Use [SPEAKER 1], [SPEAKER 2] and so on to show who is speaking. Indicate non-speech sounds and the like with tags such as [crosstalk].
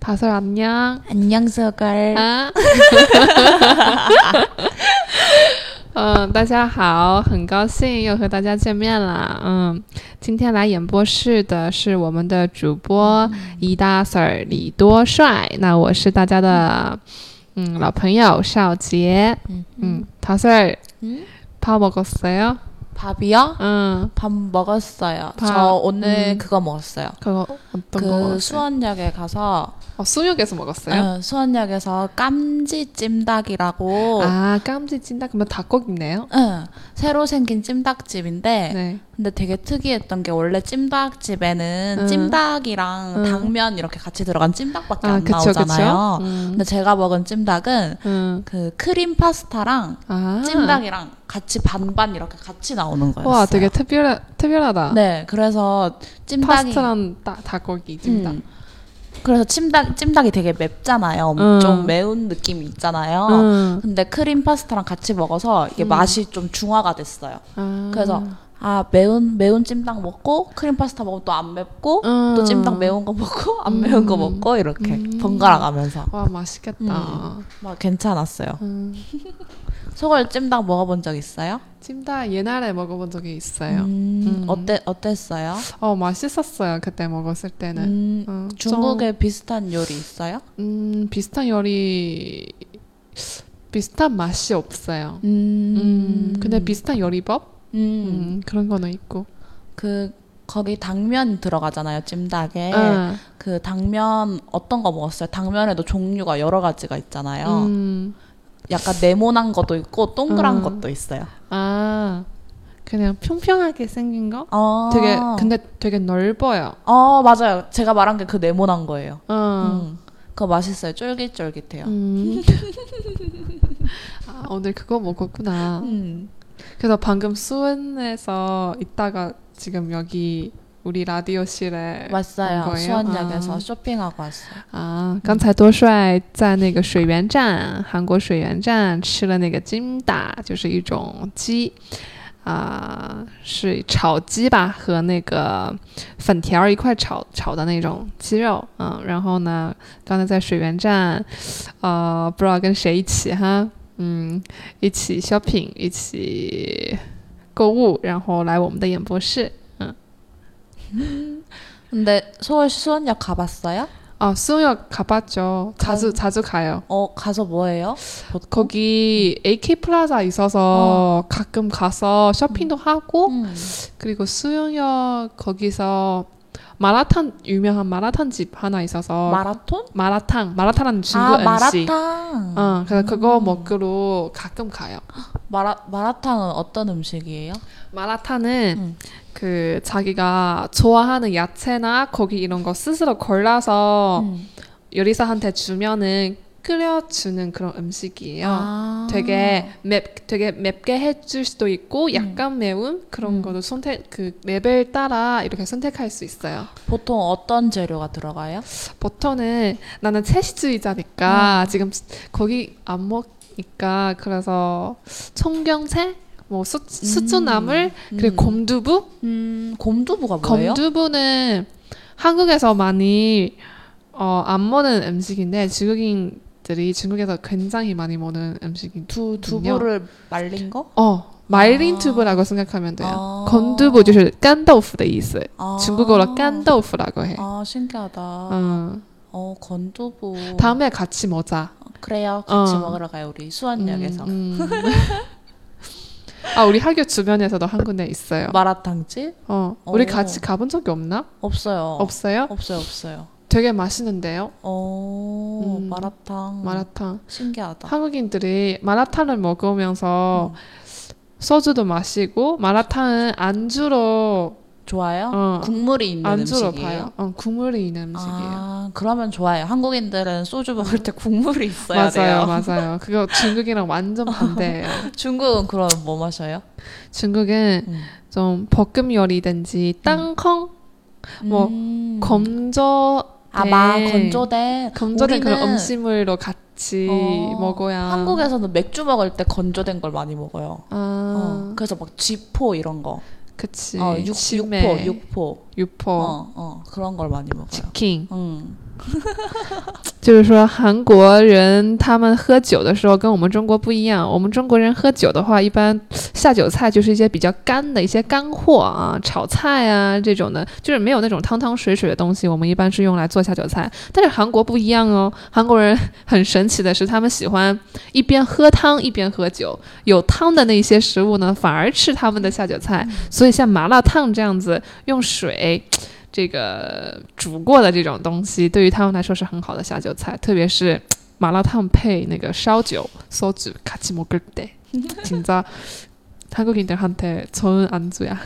[SPEAKER 1] 다솔 안녕. 아?
[SPEAKER 2] 안녕 서걸.
[SPEAKER 1] [laughs] 啊，嗯，大家好，很高兴又和大家见面了。嗯，今天来演播室的是我们的主播
[SPEAKER 2] 음.
[SPEAKER 1] 一大 Sir 李多帅，那我是大家的
[SPEAKER 2] 음.
[SPEAKER 1] 嗯老朋友少杰。
[SPEAKER 2] 嗯
[SPEAKER 1] 嗯，다 Sir
[SPEAKER 2] 음?
[SPEAKER 1] 밥 먹었어요? 어.
[SPEAKER 2] 밥이요?
[SPEAKER 1] 응.
[SPEAKER 2] 밥 먹었어요.
[SPEAKER 1] 밥,
[SPEAKER 2] 저 오늘
[SPEAKER 1] 음.
[SPEAKER 2] 그거 먹었어요.
[SPEAKER 1] 그거 어떤 거
[SPEAKER 2] 그
[SPEAKER 1] 먹었어요?
[SPEAKER 2] 수원역에 가서
[SPEAKER 1] 어, 수육에서 먹었어요?
[SPEAKER 2] 어, 수원역에서 깜지 찜닭이라고
[SPEAKER 1] 아, 깜지 찐다 그러면 닭고기네요.
[SPEAKER 2] 응, 새로 생긴 찜닭집인데
[SPEAKER 1] 네.
[SPEAKER 2] 근데 되게 특이했던 게 원래 찜닭집에는
[SPEAKER 1] 음.
[SPEAKER 2] 찜닭이랑
[SPEAKER 1] 음.
[SPEAKER 2] 당면 이렇게 같이 들어간 찜닭밖에
[SPEAKER 1] 아,
[SPEAKER 2] 안
[SPEAKER 1] 그쵸,
[SPEAKER 2] 나오잖아요.
[SPEAKER 1] 그쵸. 음.
[SPEAKER 2] 근데 제가 먹은 찜닭은
[SPEAKER 1] 음.
[SPEAKER 2] 그 크림 파스타랑
[SPEAKER 1] 아.
[SPEAKER 2] 찜닭이랑 같이 반반 이렇게 같이 나오는 거였어요.
[SPEAKER 1] 와, 되게 특별하, 특별하다.
[SPEAKER 2] 네, 그래서 찜닭이
[SPEAKER 1] 아. 파스타랑 다, 닭고기 찜닭.
[SPEAKER 2] 음. 그래서 찜닭 찜닭이 되게 맵잖아요.
[SPEAKER 1] 음.
[SPEAKER 2] 좀 매운 느낌이 있잖아요.
[SPEAKER 1] 음.
[SPEAKER 2] 근데 크림 파스타랑 같이 먹어서 이게 맛이 좀 중화가 됐어요.
[SPEAKER 1] 아.
[SPEAKER 2] 그래서 아 매운 매운 찜닭 먹고 크림 파스타 먹으면 또 안 맵고
[SPEAKER 1] 음.
[SPEAKER 2] 또 찜닭 매운 거 먹고 [laughs] 안 매운 거 먹고 이렇게
[SPEAKER 1] 음.
[SPEAKER 2] 번갈아 가면서
[SPEAKER 1] 와, 맛있겠다.
[SPEAKER 2] 막 괜찮았어요.
[SPEAKER 1] 음.
[SPEAKER 2] 소걸 찜닭 먹어본 적 있어요?
[SPEAKER 1] 찜닭 옛날에 먹어본 적이 있어요.
[SPEAKER 2] 음, 어때 어땠어요?
[SPEAKER 1] 어, 맛있었어요. 그때 먹었을 때는.
[SPEAKER 2] 음,
[SPEAKER 1] 음,
[SPEAKER 2] 중국에 비슷한 요리 있어요?
[SPEAKER 1] 음, 비슷한 요리, 비슷한 맛이 없어요. 음,
[SPEAKER 2] 음,
[SPEAKER 1] 근데 비슷한 요리법?
[SPEAKER 2] 음,
[SPEAKER 1] 음, 그런 거는 있고.
[SPEAKER 2] 그 거기 당면 들어가잖아요 찜닭에
[SPEAKER 1] 아,
[SPEAKER 2] 그 당면 어떤 거 먹었어요? 당면에도 종류가 여러 가지가 있잖아요.
[SPEAKER 1] 음,
[SPEAKER 2] 약간 네모난 것도 있고 동그란
[SPEAKER 1] 음.
[SPEAKER 2] 것도 있어요.
[SPEAKER 1] 아, 그냥 평평하게 생긴 거?
[SPEAKER 2] 어,
[SPEAKER 1] 아. 되게, 근데 되게 넓어요.
[SPEAKER 2] 어 맞아요. 제가 말한 게 그 네모난 거예요.
[SPEAKER 1] 어.
[SPEAKER 2] 음. 그거 맛있어요. 쫄깃쫄깃해요. 음.
[SPEAKER 1] 음. [laughs] 아, 오늘 그거 먹었구나.
[SPEAKER 2] 음.
[SPEAKER 1] 그래서 방금 수원에서 있다가 지금 여기 우리 라디오실에 온
[SPEAKER 2] 왔어요.
[SPEAKER 1] 음. 거예요?
[SPEAKER 2] 수원역에서
[SPEAKER 1] 아.
[SPEAKER 2] 쇼핑하고 왔어요.
[SPEAKER 1] 啊，刚才多帅在那个水源站，韩国水源站吃了那个金打，就是一种鸡，啊、是炒鸡吧，和那个粉条一块炒炒的那种鸡肉，嗯，然后呢，刚才在水源站，呃，不知道跟谁一起哈，嗯，一起 shopping，一起购物，然后来我们的演播室。
[SPEAKER 2] 근데 서울 수원역 가봤어요?
[SPEAKER 1] 아, 수영역 가봤죠. 자주 자주 가요.
[SPEAKER 2] 어 가서 뭐해요? 보통?
[SPEAKER 1] 거기 AK 플라자 있어서 가끔 가서 쇼핑도 하고
[SPEAKER 2] 음.
[SPEAKER 1] 그리고 수영역 거기서 마라탕 유명한 마라탕 집 하나 있어서
[SPEAKER 2] 마라톤?
[SPEAKER 1] 마라탕 마라탕은 중국
[SPEAKER 2] 아
[SPEAKER 1] 음식.
[SPEAKER 2] 마라탕. 음.
[SPEAKER 1] 응, 그래서 그거 먹으러 가끔 가요.
[SPEAKER 2] 마라 마라탕은 어떤 음식이에요?
[SPEAKER 1] 마라탕은
[SPEAKER 2] 음.
[SPEAKER 1] 그 자기가 좋아하는 야채나 고기 이런 거 스스로 골라서
[SPEAKER 2] 음.
[SPEAKER 1] 요리사한테 주면은 끓여주는 그런 음식이에요.
[SPEAKER 2] 아.
[SPEAKER 1] 되게 맵 되게 맵게 해줄 수도 있고 약간 매운 그런
[SPEAKER 2] 음.
[SPEAKER 1] 것도 선택 그 레벨 따라 이렇게 선택할 수 있어요.
[SPEAKER 2] 보통 어떤 재료가 들어가요?
[SPEAKER 1] 보통은 나는 채식주의자니까
[SPEAKER 2] 음.
[SPEAKER 1] 지금 고기 안 먹니까 그래서 청경채 뭐 수, 수추나물 그리고 곰두부
[SPEAKER 2] 음 곰두부가 뭐예요?
[SPEAKER 1] 검두부는 한국에서 많이 어, 안 먹는 음식인데 중국인들이 중국에서 굉장히 많이 먹는 음식이 군요.
[SPEAKER 2] 두 두부를 말린 거?
[SPEAKER 1] 어 말린
[SPEAKER 2] 아.
[SPEAKER 1] 두부라고 생각하면 돼요.
[SPEAKER 2] 아.
[SPEAKER 1] 건두부 就是干豆腐的意思
[SPEAKER 2] 아.
[SPEAKER 1] 중국어로 깐豆腐라고 해.
[SPEAKER 2] 아 신기하다.
[SPEAKER 1] 음.
[SPEAKER 2] 어 건두부.
[SPEAKER 1] 다음에 같이 먹자.
[SPEAKER 2] 그래요. 같이
[SPEAKER 1] 어.
[SPEAKER 2] 먹으러 가요 우리
[SPEAKER 1] 음,
[SPEAKER 2] 수원역에서
[SPEAKER 1] 음. [laughs] 아 우리 학교 주변에서도 한 군데 있어요.
[SPEAKER 2] 마라탕집
[SPEAKER 1] 어 우리
[SPEAKER 2] 오.
[SPEAKER 1] 같이 가본 적이 없나?
[SPEAKER 2] 없어요.
[SPEAKER 1] 없어요?
[SPEAKER 2] 없어요 없어요.
[SPEAKER 1] 되게 맛있는데요.
[SPEAKER 2] 어
[SPEAKER 1] 음.
[SPEAKER 2] 마라탕.
[SPEAKER 1] 마라탕.
[SPEAKER 2] 신기하다. 음.
[SPEAKER 1] 한국인들이 마라탕을 먹으면서 소주도 마시고 마라탕은 안주로
[SPEAKER 2] 좋아요?
[SPEAKER 1] 어.
[SPEAKER 2] 국물이 있는
[SPEAKER 1] 안주로
[SPEAKER 2] 음식이에요.
[SPEAKER 1] 봐요. 어, 국물이 있는 음식이에요.
[SPEAKER 2] 아, 그러면 좋아요. 한국인들은 소주 먹을 때 국물이 있어야
[SPEAKER 1] 맞아요,
[SPEAKER 2] 돼요.
[SPEAKER 1] 맞아요. 그거 중국이랑
[SPEAKER 2] [laughs]
[SPEAKER 1] 완전 반대예요.
[SPEAKER 2] 중국은 그럼 뭐 마셔요?
[SPEAKER 1] 중국은
[SPEAKER 2] 음.
[SPEAKER 1] 좀 볶음 요리든지 땅콩, 뭐
[SPEAKER 2] 음.
[SPEAKER 1] 건조,
[SPEAKER 2] 아마
[SPEAKER 1] 네.
[SPEAKER 2] 건조된
[SPEAKER 1] 건조된 그런
[SPEAKER 2] 우리는
[SPEAKER 1] 음식물로 아. 같이
[SPEAKER 2] 어,
[SPEAKER 1] 먹어야
[SPEAKER 2] 한국에서는 맥주 먹을 때 건조된 걸 많이 먹어요.
[SPEAKER 1] 아,
[SPEAKER 2] 어, 그래서 막 지포 이런 거,
[SPEAKER 1] 그치.
[SPEAKER 2] 어, 육,
[SPEAKER 1] 치매,
[SPEAKER 2] 육포, 어, 육포,
[SPEAKER 1] 육포,
[SPEAKER 2] 어, 어, 그런 걸 많이 먹어요.
[SPEAKER 1] 치킨,
[SPEAKER 2] 음,
[SPEAKER 1] 就是说韩国人他们喝酒的时候跟我们中国不一样，我们中国人喝酒的话，一般下酒菜就是一些比较干的一些干货啊，炒菜啊这种的，就是没有那种汤汤水水的东西，我们一般是用来做下酒菜。但是韩国不一样哦，韩国人很神奇的是，他们喜欢一边喝汤一边喝酒，有汤的那些食物呢，反而吃他们的下酒菜。所以像麻辣烫这样子用水。这个煮过的这种东西，对于他们来说是很好的下酒菜，特别是麻辣烫配那个烧酒소주같이먹을때진짜한국인들한테좋은안주야